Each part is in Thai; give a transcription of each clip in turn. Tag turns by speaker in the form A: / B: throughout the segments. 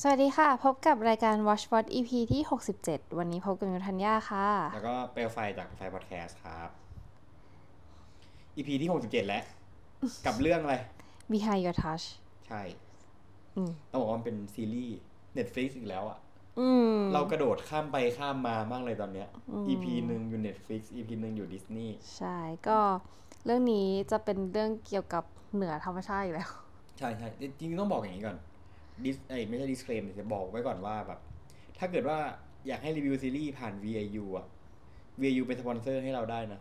A: สวัสดีค่ะ พบกับรายการ Watch What EP ที่ 67 วันนี้พบกับมิวทัญญาค่ะ
B: แล้วก็เปลวไฟจากไฟพอดแคสต์ครับ EP ที่ 67 แล้ว กับเรื่องอะไร
A: Behind Your Touch
B: ใช่
A: อืม
B: ต้องบอกว่ามันเป็นซีรีส์ Netflix อีกแล้วอะ
A: อืม
B: เรากระโดดข้ามไปข้ามมามากเลยตอนเนี้ย
A: อืม
B: EP หนึ่งอยู่ Netflix EP หนึ่งอยู่ Disney
A: ใช่ ก็เรื่องนี้จะเป็นเรื่องเกี่ยวกับเหนือธรรมชาติอีกแล้ว
B: ใช่ใช่จริงๆต้องบอกอย่างนี้ก่อนดิสไอยไม่ใช่ disclaim จะบอกไว้ก่อนว่าแบบ ถ้าเกิดว่าอยากให้รีวิวซีรีส์ผ่าน VIU อะ VIU เป็นสปอนเซอร์ให้เราได้ นะ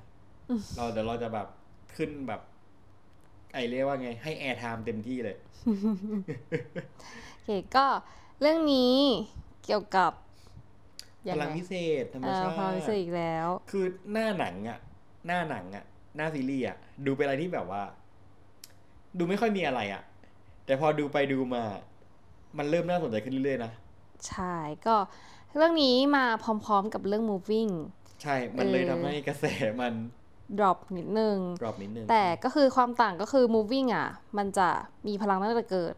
A: อืม
B: เราเดี๋ยวเราจะแบบขึ้นแบบ ไอเรียกว่าไง ให้ air time เต็มที่เลย
A: โอเค ก็เรื่องนี้เกี่ยวกับ
B: พ
A: ยัง
B: ลัง
A: ไง
B: พิเศษธรรม
A: เอ่อ
B: ชา
A: พลัง
B: ติ
A: พิเศษอีกแล้ว
B: คือหน้าหนังอะหน้าหนังอะหน้าซีรีส์อะดูเป็นอะไรที่แบบว่า ดูไม่ค่อยมีอะไรอะแต่พอดูไปดูมา มันเริ่มน่าสนใจขึ้นเรื่อยๆนะ
A: ใช่ ก็เรื่องนี้มาพร้อมๆกับเรื่อง moving
B: ใช่ มันเลยทำให้กระแสมัน
A: drop นิดนึง
B: กรอบนิดนึง
A: แต่ก็คือความต่างก็คือ moving อ่ะ มันจะมีพลังตั้งแต่เกิด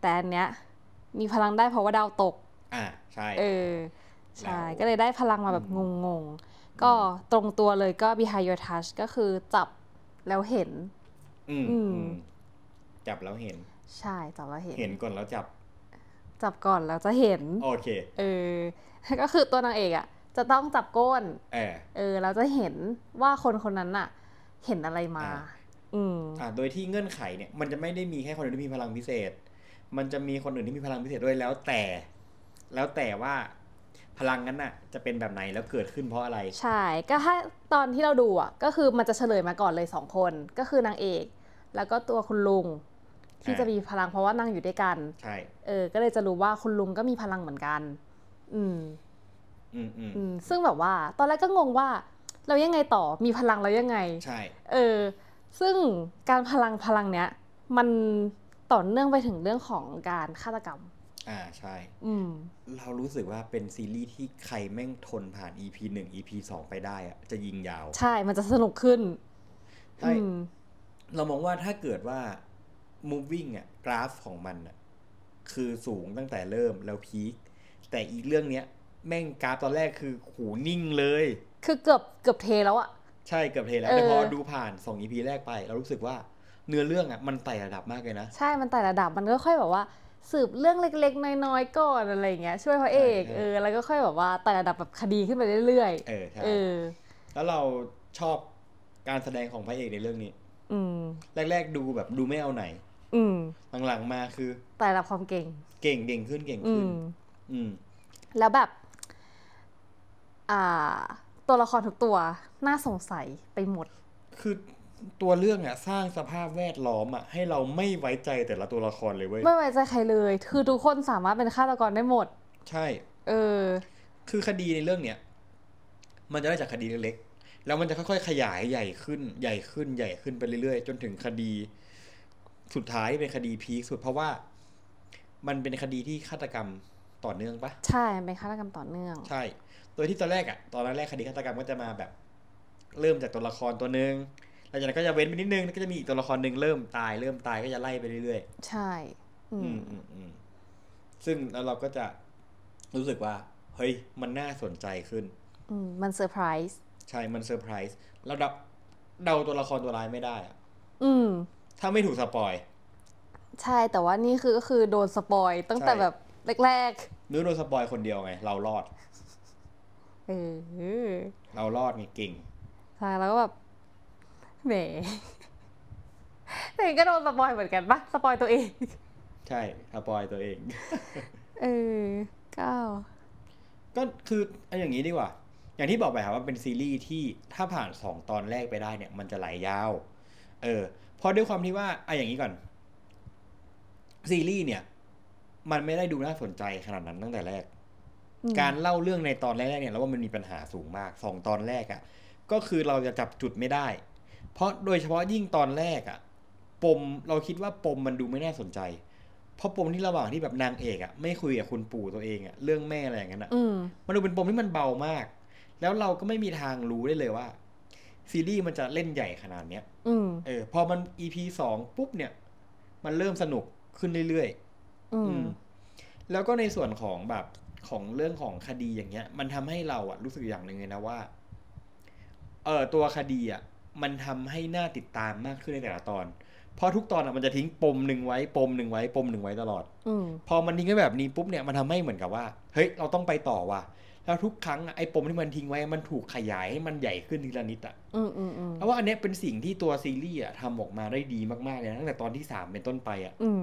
A: แต่อันเนี้ยมีพลังได้เพราะว่าดาวตก
B: อ่ะใช่
A: เออ ใช่
B: แล้ว
A: ก็เลยได้พลังมาแบบ
B: อืม
A: งงๆ ก็ตรงตัวเลยก็ behind your touch ก็คือจับแล้วเห็น
B: อืม
A: อืม
B: อืมจับแล้วเห็น
A: ใช่จับแล้วเห็น
B: เห็นก่อนแล้วจับ
A: จับก่อนแล้วจะเห็น
B: โอเค
A: เออ ก็คือตัวนางเอกอ่ะ จะต้องจับก้น
B: เออ
A: เออแล้วจะเห็นว่าคนคนนั้นอ่ะ เห็นอะไรมา
B: อ่า
A: อืม
B: อ่ะโดยที่เงื่อนไขเนี่ย มันจะไม่ได้มีแค่คนอื่นที่มีพลังพิเศษ มันจะมีคนอื่นที่มีพลังพิเศษด้วยแล้วแต่ แล้วแต่ว่าพลังนั้นน่ะ จะเป็นแบบไหนแล้วเกิดขึ้นเพราะอะไร
A: ใช่ ก็ถ้าตอนที่เราดูอ่ะ ก็คือมันจะเฉลยมาก่อนเลยสองคน ก็คือนางเอก แล้วก็ตัวคุณลุง ที่
B: อ่า
A: จะมีพลังเพราะว่านั่งอยู่ด้วยกัน
B: ใช่
A: เออ ก็เลยจะรู้ว่าคุณลุงก็มีพลังเหมือนกัน อืม
B: อืมอืม
A: อืมซึ่งแบบว่า ตอนแรกก็งงว่า เรายังไงต่อ มีพลังเรายังไง
B: ใช่
A: เออ ซึ่งการพลังพลังเนี้ย มันต่อเนื่องไปถึงเรื่องของการฆาตกรรม
B: อ่าใช่
A: อืม
B: เรารู้สึกว่าเป็นซีรีส์ที่ใครแม่งทนผ่าน EP หนึ่ง EP สองไปได้อะจะยิงยาว
A: ใช่ มันจะสนุกขึ้น
B: ใช่
A: อืม
B: เรามองว่าถ้าเกิดว่า moving อ่ะกราฟของมันอ่ะคือสูงตั้งแต่เริ่มแล้วพีคแต่อีกเรื่องเนี้ย แม่งกราฟตอนแรกคือหูนิ่งเลย
A: คือเกือบเกือบเทแล้วอะ
B: ใช่เกือบเทแล้ว
A: เออ
B: แต่พอดูผ่าน2 EP แรกไป เรารู้สึกว่าเนื้อเรื่องอ่ะมันไต่ระดับมากเลยนะ
A: ใช่ มันแต่ระดับมันก็ค่อยแบบว่า สืบเรื่องเล็กๆ น้อยๆ ก่อนอะไรอย่างเงี้ยช่วยพระเอก
B: ใช่ใช่
A: เออแล้วก็ค่อยแบบว่าแต่ระดับแบบคดีขึ้นไปเรื่อย
B: เออใช่
A: ๆเออ
B: แล้วเราชอบการแสดงของพระเอกในเรื่องนี้
A: อืม
B: แรก ๆ ดูแบบดูไม่เอาไหน
A: อืม
B: หลังๆมาคือ
A: แต่ระดับความเก่ง
B: เก่งเก่งขึ้นเก่ง
A: อื
B: ขึ้น
A: ม
B: อืม
A: แล้วแบบ อ่า ตัวละครทุกตัวน่าสงสัยไปหมด
B: คือตัวเรื่องอ่ะสร้างสภาพแวดล้อมอ่ะให้เราไม่ไว้ใจแต่ละตัวละครเลยเว้ย
A: ไม่ไว้ใจใครเลย คือทุกคนสามารถเป็นฆาตกรได้หมด
B: ใช่
A: เออ
B: คือคดีในเรื่องเนี้ยมันจะได้จากคดีเล็กๆ แล้วมันจะค่อยๆ ขยายใหญ่ขึ้น ใหญ่ขึ้นใหญ่ขึ้นไปเรื่อยๆ จนถึงคดีสุดท้ายที่เป็นคดีพีคสุดเพราะว่า มันเป็นคดีที่ฆาตกรรมต่อเนื่องปะ
A: ใช่มันเป็นฆาตกรรมต่อเนื่อง
B: ใช่ โดยที่ตอนแรกอะตอนแรกๆคดีฆาตกรรมก็จะมาแบบ เริ่มจากตัวละครตัวหนึ่งหลังจากนั้นก็จะเว้นไปนิดนึงแล้วก็จะมีอีกตัวละครหนึ่งเริ่มตายเริ่มตายก็จะไล่ไปเรื่อยๆ
A: ใช่ อื
B: อื
A: ม
B: มอืมอืมซึ่งแล้วเราก็จะรู้สึกว่า เฮ้ย มันน่าสนใจขึ้น
A: อืม มันเซอร์ไพรส์
B: ใช่ มันเซอร์ไพรส์เราเดาเดาตัวละครตัวร้ายไม่ได้อะ
A: อืม
B: ถ้าไม่ถูกสปอย
A: ใช่แต่ว่านี่คือก็คือโดนสปอยตั้งแต่
B: ใช่
A: แบบแรก
B: หรือโดนสปอยคนเดียวไง เรารอด
A: ๆเออ
B: เรารอดไงเก่ง
A: ใช่แล้วก็แบบแหมแต่ก็โดนสปอยเหมือนกันปะสปอยตัวเอง
B: ใช่สปอยตัวเอง
A: เออก้าว
B: ก็คือเอาอย่างนี้ดีกว่า อย่างที่บอกไปครับว่าเป็นซีรีส์ที่ถ้าผ่านสองตอนแรกไปได้เนี่ย มันจะไหลยาว เออเพราะด้วยความที่ว่าไอะอย่างนี้ก่อน ซีรีส์เนี่ย มันไม่ได้ดูน่าสนใจขนาดนั้นตั้งแต่แรก
A: อืม
B: การเล่าเรื่องในตอนแรกๆเนี่ยเราว่ามันมีปัญหาสูงมากสองตอนแรกอะ่ะ ก็คือเราจะจับจุดไม่ได้ เพราะโดยเฉพาะยิ่งตอนแรกอะ่ะ ปมเราคิดว่าปมมันดูไม่น่าสนใจ เพราะปมที่ระหว่างที่แบบนางเอกอะ่ะไม่คุยกับคุณปู่ตัวเองอะ่ะเรื่องแม่อะไรอย่างนั้นอ่ะ
A: อืม
B: มันดูเป็นปมที่มันเบามาก แล้วเราก็ไม่มีทางรู้ได้เลยว่า ซีรีส์มันจะเล่นใหญ่ขนาดเนี้ย
A: อืม
B: เออพอมัน EP สองปุ๊บเนี่ย มันเริ่มสนุกขึ้นเรื่อยๆ
A: อืม
B: แล้วก็ในส่วนของแบบของเรื่องของคดีอย่างเงี้ย มันทำให้เราอะรู้สึกอย่างหนึ่งเลยนะว่า เออตัวคดีอะมันทำให้หน้าติดตามมากขึ้นในแต่ละตอน เพราะทุกตอนอะมันจะทิ้งปมหนึ่งไว้ปมหนึ่งไว้ปมหนึ่งไว้ตลอด
A: อืม
B: พอมันทิ้งไว้แบบนี้ปุ๊บเนี่ยมันทำให้เหมือนกับว่าเฮ้ยเราต้องไปต่อว่ะแล้วทุกครั้งอะไอ้ปมที่มันทิ้งไว้มันถูกขยายให้มันใหญ่ขึ้นทีละนิดอะ
A: อืมอืมอืม
B: เพราะว่าอันเนี้ยเป็นสิ่งที่ตัวซีรีส์อะทำออกมาได้ดีมากๆเลยนะตั้งแต่ตอนที่สามเป็นต้นไปอะ
A: อืม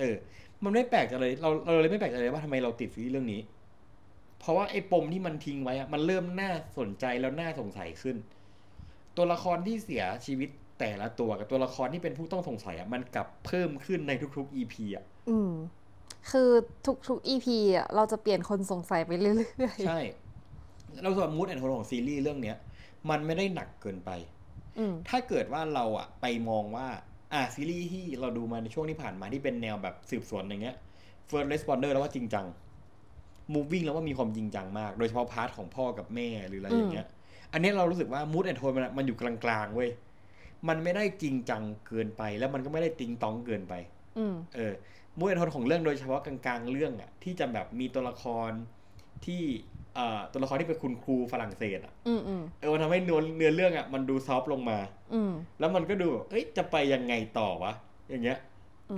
B: เออ มันไม่แปลกใจเลยเราเราเลยไม่แปลกใจเลยว่าทำไมเราติดซีรีส์เรื่องนี้ เพราะว่าไอ้ปมที่มันทิ้งไว้อะมันเริ่มน่าสนใจแล้วน่าสงสัยขึ้น ตัวละครที่เสียชีวิตแต่ละตัวกับตัวละครที่เป็นผู้ต้องสงสัยอะมันกลับเพิ่มขึ้นในทุกๆ EP อะ
A: อืมคือทุกทุกอีพีอ่ะเราจะเปลี่ยนคนสงสัยไปเรื่อย
B: ใช่เราสมมูดแอนโทนของซีรีส์เรื่องเนี้ยมันไม่ได้หนักเกินไป
A: ๆอืม
B: ถ้าเกิดว่าเราอะไปมองว่า อ่ะซีรีส์ที่เราดูมาในช่วงที่ผ่านมาที่เป็นแนวแบบสืบสวนอย่างเงี้ย First Responder แล้วว่าจริงจัง Moving แล้วว่ามีความจริงจังมาก โดยเฉพาะพาร์ทของพ่อกับแม่หรืออะไรอย่างเงี้ย อันเนี้ยเรารู้สึกว่า Mood and Tone มันมันอยู่กลางๆเว้ย มันไม่ได้จริงจังเกินไป แล้วมันก็ไม่ได้ติงตองเกินไป
A: อืม
B: เออมูดแอนโทนของเรื่องโดยเฉพาะกลางๆเรื่องอะที่จะแบบมีตัวละครที่เอ่อตัวละครที่เป็นคุณครูฝรั่งเศสอะ
A: อืมอืม
B: เออมันทำให้เนื้อเนื้อเรื่องอะมันดูซอฟต์ลงมา
A: อืม
B: แล้วมันก็ดูแบบเอ้ย จะไปยังไงต่อวะ อย่างเงี้ย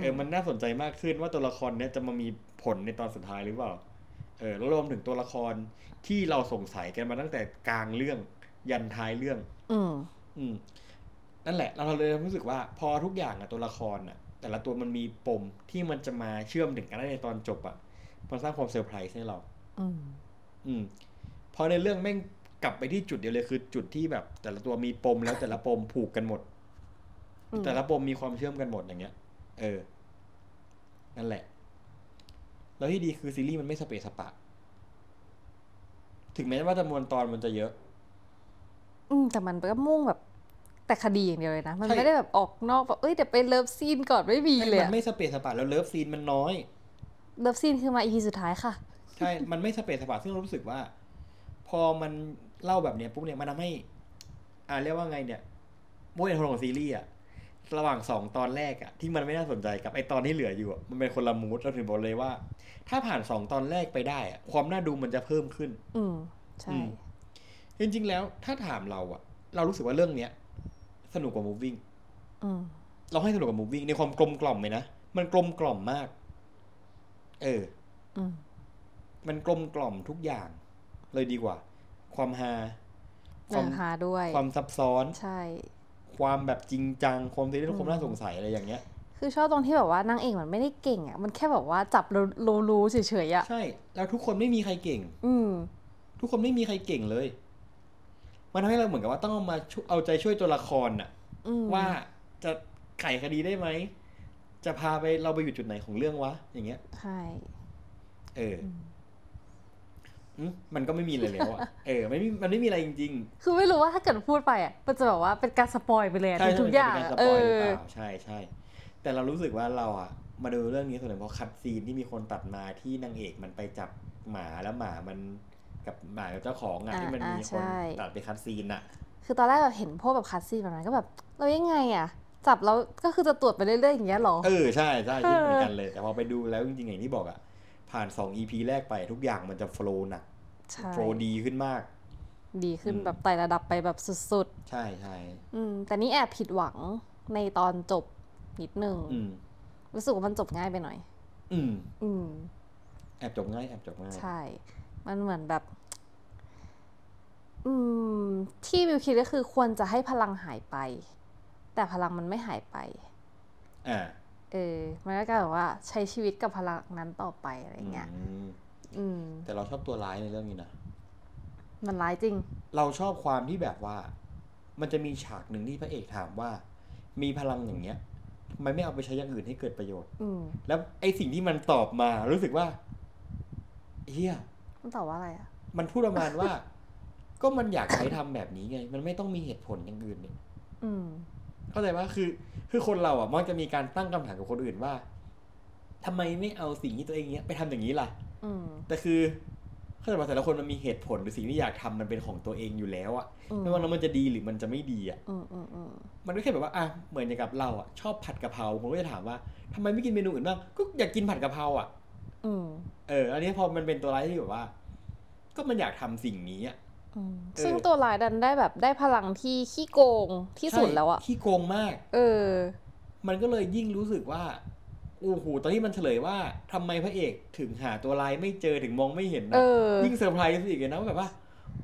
B: เออ มันน่าสนใจมากขึ้นว่าตัวละครเนี้ยจะมามีผลในตอนสุดท้ายหรือเปล่า เออ แล้วรวมถึงตัวละครที่เราสงสัยกันมาตั้งแต่กลางเรื่องยันท้ายเรื่อง
A: อืม
B: อืม นั่นแหละ เราเลยรู้สึกว่าพอทุกอย่างอะตัวละครอะแต่ละตัวมันมีปมที่มันจะมาเชื่อมถึงกันได้ในตอนจบอะมันสร้างความเซอร์ไพรส์ให้เรา
A: อืม
B: อืมพอในเรื่องแม่งกลับไปที่จุดเดียวเลยคือจุดที่แบบ แต่ละตัวมีปมแล้วแต่ละปมผูกกันหมด
A: อืม
B: แต่ละปมมีความเชื่อมกันหมดอย่างเงี้ย เออ นั่นแหละ แล้วที่ดีคือซีรีส์มันไม่สเปซสปะ ถึงแม้ว่าจำนวนตอนมันจะเยอะ
A: อืมแต่มันก็มุ่งแบบแต่คดีอย่างเดียวเลยนะ มัน
B: ใช่
A: ไม่ได้แบบออกนอกแบบเอ้ยเดี๋ยวไปเลิฟซีนก่อนไม่มีเลย
B: มั
A: อะ
B: ไม่สเปซสปะ แล้วเลิฟซีนมันน้อย
A: เลิฟซีนคือมาอีพีสุดท้ายค่ะ
B: ใช่ มันไม่สเปซสปะ ซึ่งเรารู้สึกว่า พอมันเล่าแบบเนี้ยปุ๊บเนี่ยมันทำให้ อ่าเรียกว่าไงเนี่ยมุ้ยในโทนของซีรีส์อะระหว่างสองตอนแรกอะที่มันไม่น่าสนใจกับไอตอนที่เหลืออยู่อะมันเป็นคนละมูดเราถึงบอกเลยว่า ถ้าผ่านสองตอนแรกไปได้อะความน่าดูมันจะเพิ่มขึ้น
A: อืมใช่
B: อืม จริงๆแล้วถ้าถามเราอะเรารู้สึกว่าเรื่องเนี้ย สนุกกว่า moving
A: อืม
B: เราให้สนุกกว่า moving ในความกลมกล่อมเลยนะมันกลมกล่อมมาก เออ
A: อืม
B: มันกลมกล่อมทุกอย่าง เลยดีกว่า ความฮา
A: ห
B: ควา
A: นั
B: ม
A: งหาด้วย
B: ความซับซ้อน
A: ใช่
B: ความแบบจริงจัง ความซีรี
A: อืม
B: ส์ความน่าสงสัยอะไรอย่างเงี้ย
A: คือชอบตรงที่แบบว่านางเอกมันไม่ได้เก่งอ่ะ มันแค่แบบว่าจับแล้วรู้รู้เฉยๆอ่ะ
B: ใช่ แล้วทุกคนไม่มีใครเก่ง
A: อืม
B: ทุกคนไม่มีใครเก่งเลย มันทำให้เราเหมือนกับว่าต้องเอามาช่วยเอาใจช่วยตัวละครน่ะ
A: อืม
B: ว่าจะไขคดีได้ไหม จะพาไปเราไปอยู่จุดไหนของเรื่องวะ อย่างเงี้ย
A: ใช่
B: เออ
A: อืม
B: อืมมันก็ไม่มีอะไรแล้วอ่ะ เออมันไม่มีมันไม่มีอะไรจริง
A: คือไม่รู้ว่าถ้าเกิดพูดไปอ่ะ มันจะแบบว่าเป็นการสปอยไปเลย
B: ๆ
A: อะ
B: ใช่
A: ทุกๆอย่าง
B: มัน
A: อะ
B: จะ
A: เอ
B: เป็นการสปอยหรือ
A: อ
B: เปล่าใช่ใช่ แต่เรารู้สึกว่าเราอ่ะ มาดูเรื่องนี้ส่วนหนึ่งเพราะคัดซีนที่มีคนตัดมาที่นางเอกมันไปจับหมาแล้วหมามันกับหมากับเจ้าของอ่ะ
A: อ่า
B: ที่มันมี
A: อ่า
B: คน
A: ใช่
B: ตัดไปคัดซีนอ่ะ
A: คือตอนแรกแบบเห็นพวกแบบคัสซีนแบบนั้นก็แบบเรายังไงอ่ะ จับแล้วก็คือจะตรวจไปเรื่อยๆอย่างเงี้ยเหรอ
B: เออใช่ใช่คิดเหมือน
A: เออ
B: กันเลย แต่พอไปดูแล้วจริงๆอย่างที่บอกอะผ่าน 2 EP แรกไปทุกอย่างมันจะโฟลว์หนัก
A: ใช่
B: โฟลว์ดีขึ้นมาก
A: ดีขึ้น
B: อืม
A: แบบไต่ระดับไปแบบสุด
B: ใช่ใช่
A: ๆ อืม แต่นี่แอบผิดหวังในตอนจบนิดนึง
B: อืม
A: รู้สึกว่ามันจบง่ายไปหน่อย
B: อืม
A: อืม
B: แอบจบง่ายแอบจบง่าย
A: ใช่ มันเหมือนแบบ อืม ที่วิวคิดก็คือควรจะให้พลังหายไป แต่พลังมันไม่หายไป
B: อ่า
A: เออ มันก็กลายแบบว่าใช้ชีวิตกับพลังนั้นต่อไปอะไรเงี้ย
B: อืม
A: อืม
B: แต่เราชอบตัวร้ายในเรื่องนี้นะ
A: มันร้ายจริง
B: เราชอบความที่แบบว่า มันจะมีฉากหนึ่งที่พระเอกถามว่า มีพลังอย่างเงี้ยทำไมไม่เอาไปใช้อย่างอื่นให้เกิดประโยชน์
A: อืม
B: แล้วไอ้สิ่งที่มันตอบมารู้สึกว่าเฮีย
A: มันตอบว่าอะไรอ่ะ
B: มันพูดประมาณว่า ก็มันอยากใช้ทำแบบนี้ไง มันไม่ต้องมีเหตุผลอย่างอื่นเนี่ย
A: อืม
B: เข้าใจว่าคือ คือคนเราอ่ะมักจะมีการตั้งคำถามกับคนอื่นว่าทำไมไม่เอาสิ่งที่ตัวเองเนี้ยไปทำอย่างนี้ล่ะ
A: อืม
B: แต่คือเข้าใจว่าแต่ละคนมันมีเหตุผลหรือสิ่งที่อยากทำมันเป็นของตัวเองอยู่แล้วอ่ะ
A: อืม
B: ไม่ว่ามันจะดีหรือมันจะไม่ดีอ่ะ
A: อืมอืมอืม
B: มันก็แค่แบบว่าอ่ะเหมือนอย่างกับเราอ่ะชอบผัดกะเพราผมก็จะถามว่าทำไมไม่กินเมนูอื่นบ้างก็อยากกินผัดกะเพราอ่ะ
A: อ อืม
B: เออ อันนี้พอมันเป็นตัวร้ายที่แบบว่า ก็มันอยากทำสิ่งนี้อะ
A: อืม
B: เออ
A: ซึ่งตัวลายดันได้แบบได้พลังที่ขี้โกงที่สุดแล้วอะ
B: ใช่ขี้โกงมาก
A: เออ
B: มันก็เลยยิ่งรู้สึกว่าโอ้โหตอนที่มันเฉลยว่าทำไมพระเอกถึงหาตัวร้ายไม่เจอถึงมองไม่เห็น
A: เอ
B: นะ
A: อ
B: ยิ่งเซอร์ไพรส์อีกเลยนะว่าแบบว่า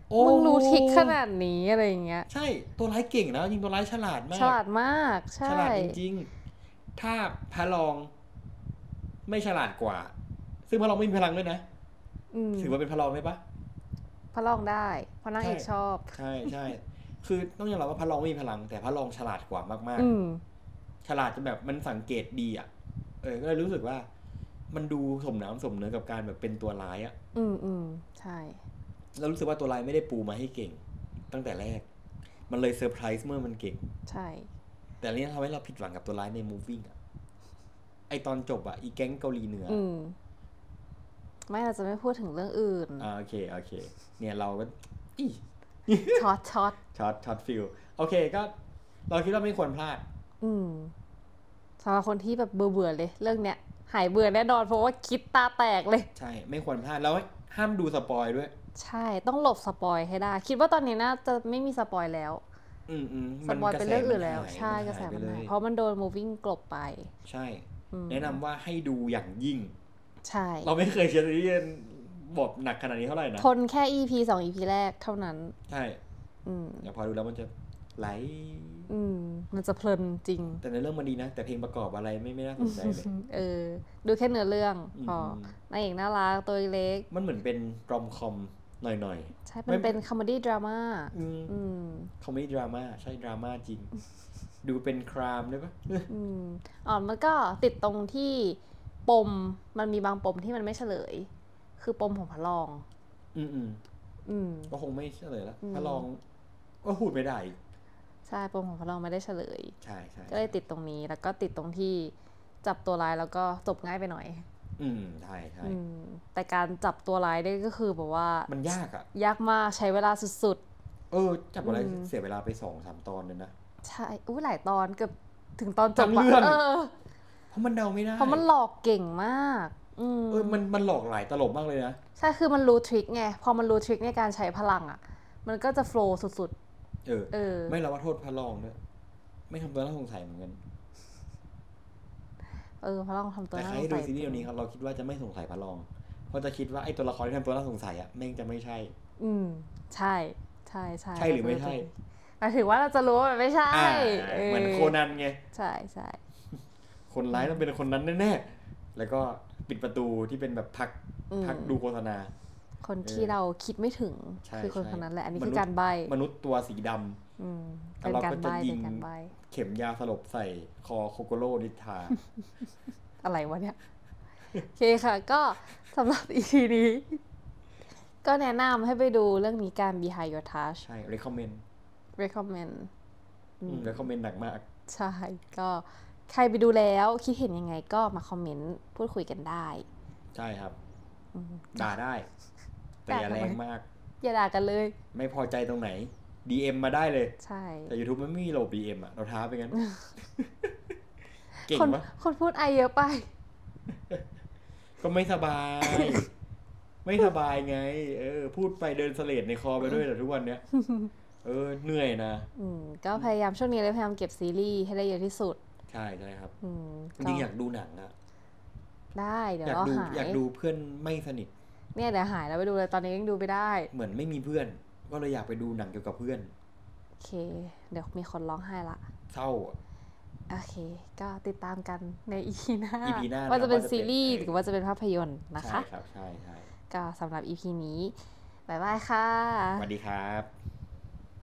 B: โอ้
A: มึงรู้ทริคขนาดนี้อะไรอย่างเงี้ย
B: ใช่ ตัวร้ายเก่งนะจริงตัวร้ายฉลาดมาก
A: ฉลาดมากใช่
B: ฉลาดจริงๆ ถ้าพระรองไม่ฉลาดกว่า ซึ่งพระรองไม่มีพลังด้วยนะ
A: อืม
B: ถือว่าเป็นพระรองได้ปะ
A: พระลองได้เพราะนางเอก
B: ใช่
A: ชอบ
B: ใช่ใช่ คือต้องยอมรับว่าพระรองไม่มีพลัง แต่พระรองฉลาดกว่ามาก
A: อืม
B: ๆ ฉลาดจนแบบมันสังเกตดีอ่ะ เออ ก็เลยรู้สึกว่า มันดูสมน้ำสมเนื้อกับการแบบเป็นตัวร้ายอ่ะ
A: อืมอืมใช่
B: แล้วรู้สึกว่าตัวร้ายไม่ได้ปูมาให้เก่ง ตั้งแต่แรก มันเลยเซอร์ไพรส์เมื่อมันเก่ง
A: ใช่
B: แต่อันนี้ทำให้เราผิดหวังกับตัวร้ายในมูฟวิ่งอ่ะ ไอตอนจบอ่ะ อีแก๊งเกาหลีเหนือ
A: อื
B: อะ
A: ม ไม่เราจะไม่พูดถึงเรื่องอื่น
B: อ่าโอเค โอเค เนี่ยเราก็อี
A: ช็อตช็อต
B: ช็อตช็อตฟิลโอเคก็ เราคิดว่าไม่ควรพลาด
A: อืมสำหรับคนที่แบบเบื่อเบื่อๆเลย เรื่องเนี้ย หายเบื่อแน่นอนเพราะว่าคิดตาแตกเลย
B: ใช่ ไม่ควรพลาด แล้วห้ามดูสปอยด้วย
A: ใช่ ต้องหลบสปอยให้ได้ คิดว่าตอนนี้น่าจะไม่มีสปอยแล้ว
B: อืมอืม
A: สปอย
B: กระ
A: เป็น
B: แส
A: เรื่อง
B: มั
A: อื่นแล้ว
B: หาย
A: ใช่กระแส
B: หาย
A: มัน
B: ไปเล
A: หาย
B: ย
A: เพราะมันโดน moving กลบไป
B: ใช่
A: อืม
B: แนะนำว่าให้ดูอย่างยิ่ง
A: ใช่
B: เราไม่เคยเชียร์ซีรีส์บอกหนักขนาดนี้เท่าไหร่นะ
A: ทนแค่ EP สอง EP แรกเท่านั้น
B: ใช่
A: อืม
B: เดี๋ยวพอดูแล้วมันจะไหล
A: อืม มันจะเพลินจริง
B: แต่ในเรื่องมันดีนะ แต่เพลงประกอบอะไรไม่ไม่น่าสนใจเลย
A: เออ ดูแค่เนื้อเรื่อง
B: ม
A: พออนางเอกน่ารักตัวเล็ก
B: มันเหมือนเป็นรอมคอมหน่อย
A: ใช่
B: ไม่
A: มันเป็นคอมเมดี้ดราม่า
B: ๆอืม
A: อืม
B: เขาไม่ดราม่าใช่ดราม่าจ ริง ดูเป็นครามได้ปะ
A: อืมอ๋อมันก็ติดตรงที่ปม มันมีบางปมที่มันไม่เฉลย คือปมของพระรอง
B: อืมอืม
A: อืม
B: ก็คงไม่เฉลยละ
A: อืม
B: ถ้าลองก็พูดไม่ได้อีก
A: ใช่ปมของพระรองไม่ได้เฉลย
B: ใช่ใช่
A: ก็เลยติดตรงนี้ แล้วก็ติดตรงที่จับตัวร้ายแล้วก็จบง่ายไปหน่อย
B: อืมใช่ใช่
A: อืม แต่การจับตัวร้ายได้ก็คือแบบว่า
B: มันยากอ่ะ
A: ยากมากใช้เวลาสุด
B: เออ จับอะไร
A: อืม
B: เสียเวลาไปสองสามตอนเลยนะ
A: ๆ ใช่ อู้หลายตอนเกือบถึงตอนจบะ
B: ทั้งเรื่อง
A: เออ
B: เพราะมันเดาไม่ได้
A: เพราะมันหลอกเก่งมาก อืม
B: เออมันมันหลอกหลายตลบมากเลยนะ
A: ใช่ คือมันรู้ทริคไง พอมันรู้ทริคในการใช้พลังอ่ะ มันก็จะโฟล์สุด
B: เออ
A: ๆ เออ
B: ไม่เราว่าโทษพระรองด้วยไม่ทำตัวน่าสงสัยเหมือนกัน
A: เออพระลองทำตัว
B: แต่
A: น่า
B: ใค
A: ส
B: รง ให้ดู
A: สัย
B: ซีรีส์เรื่องนี้ครับเราคิดว่าจะไม่สงสัยพระรองเพราะจะคิดว่าไอ้ตัวละครที่ทำตัวน่าสงสัยอ่ะแม่งจะไม่ใช่
A: อืม ใช่ใช่ใช่
B: ใช่หรือไม่ใช่
A: หมายถึงว่าเราจะรู้ว่ามันไม่ใช่
B: อ่า
A: เออ
B: เหมือนโคนันไง
A: ใช่ใช่
B: คนร้ายต้องเป็นคนนั้นแน่ๆ แล้วก็ปิดประตูที่เป็นแบบพัก
A: อืม
B: พักดูโฆษณา
A: คนที่เราคิดไม่ถึง
B: ใช่
A: คือคน
B: ใช่
A: คนนั้นแหละ อันนี้
B: มนุ
A: คื
B: ษ
A: อ
B: ย์
A: การใบ
B: มนุษย์ตัวสีดำ
A: อืมเป็
B: แต่
A: น
B: เรา
A: กา
B: ก็
A: รใบ
B: จะยิง
A: เป็นการใบ
B: เข็มยาสลบใส่คอโคโกโร่นิทา
A: อะไรวะเนี่ย โอเคค่ะ ก็สำหรับ EP นี้ ก็แนะนำให้ไปดูเรื่องนี้การ Behind Your Touch
B: ใช่ recommend
A: recommend อืม
B: recommend หนักมาก
A: ใช่ก็ใครไปดูแล้วคิดเห็นยังไงก็มาคอมเมนต์ พูดคุยกันได้
B: ใช่ครับ
A: อืม
B: ด่าได้ แต่อย่า
A: ด่าทำไม
B: แรงมาก
A: อย่าด่ากันเลย
B: ไม่พอใจตรงไหน DM มาได้เลย
A: ใช่
B: แต่ YouTube มันไม่มีโหลบ DM อ่ะ เราท้าไปงั้น เก่ง
A: คน
B: ปะ
A: คนพูดไอเยอะไป
B: ก็ไม่สบาย ไม่สบายไง เออ พูดไปเดินเสลดในคอไปด้วยแต่ทุกวันเนี้ย เออ เหนื่อยนะ
A: อืมก็พยายามช่วงนี้เลยพยายามเก็บซีรีส์ให้ได้เยอะที่สุด
B: ใช่ใช่ครับ
A: อืม
B: จริงๆอยากดูหนังอะ
A: ได้เดี๋ยว
B: อยาก
A: เรา
B: ดู
A: หาย
B: อยากดูเพื่อนไม่สนิท
A: เนี่ยเดี๋ยวหายแล้วไปดูเลยตอนนี้ยังดูไม่ได้
B: เหมือนไม่มีเพื่อน ก็เลยอยากไปดูหนังเกี่ยวกับเพื่อน
A: โอเค เดี๋ยวมีคนร้องไห้ละ
B: เศร้าอะ
A: โอเค ก็ติดตามกันในอีพีหน้า
B: EP หน้า
A: ว่าจะเป็น
B: นะว่าจะเป็น
A: ซีรีส์
B: เอ่อ
A: หรือว่าจะเป็นภาพยนตร์นะ
B: ใช่
A: คะ
B: ครับใช่ใช่
A: ก็สำหรับอีพีนี้ บ๊ายบายค่ะ
B: สวัสดีครับ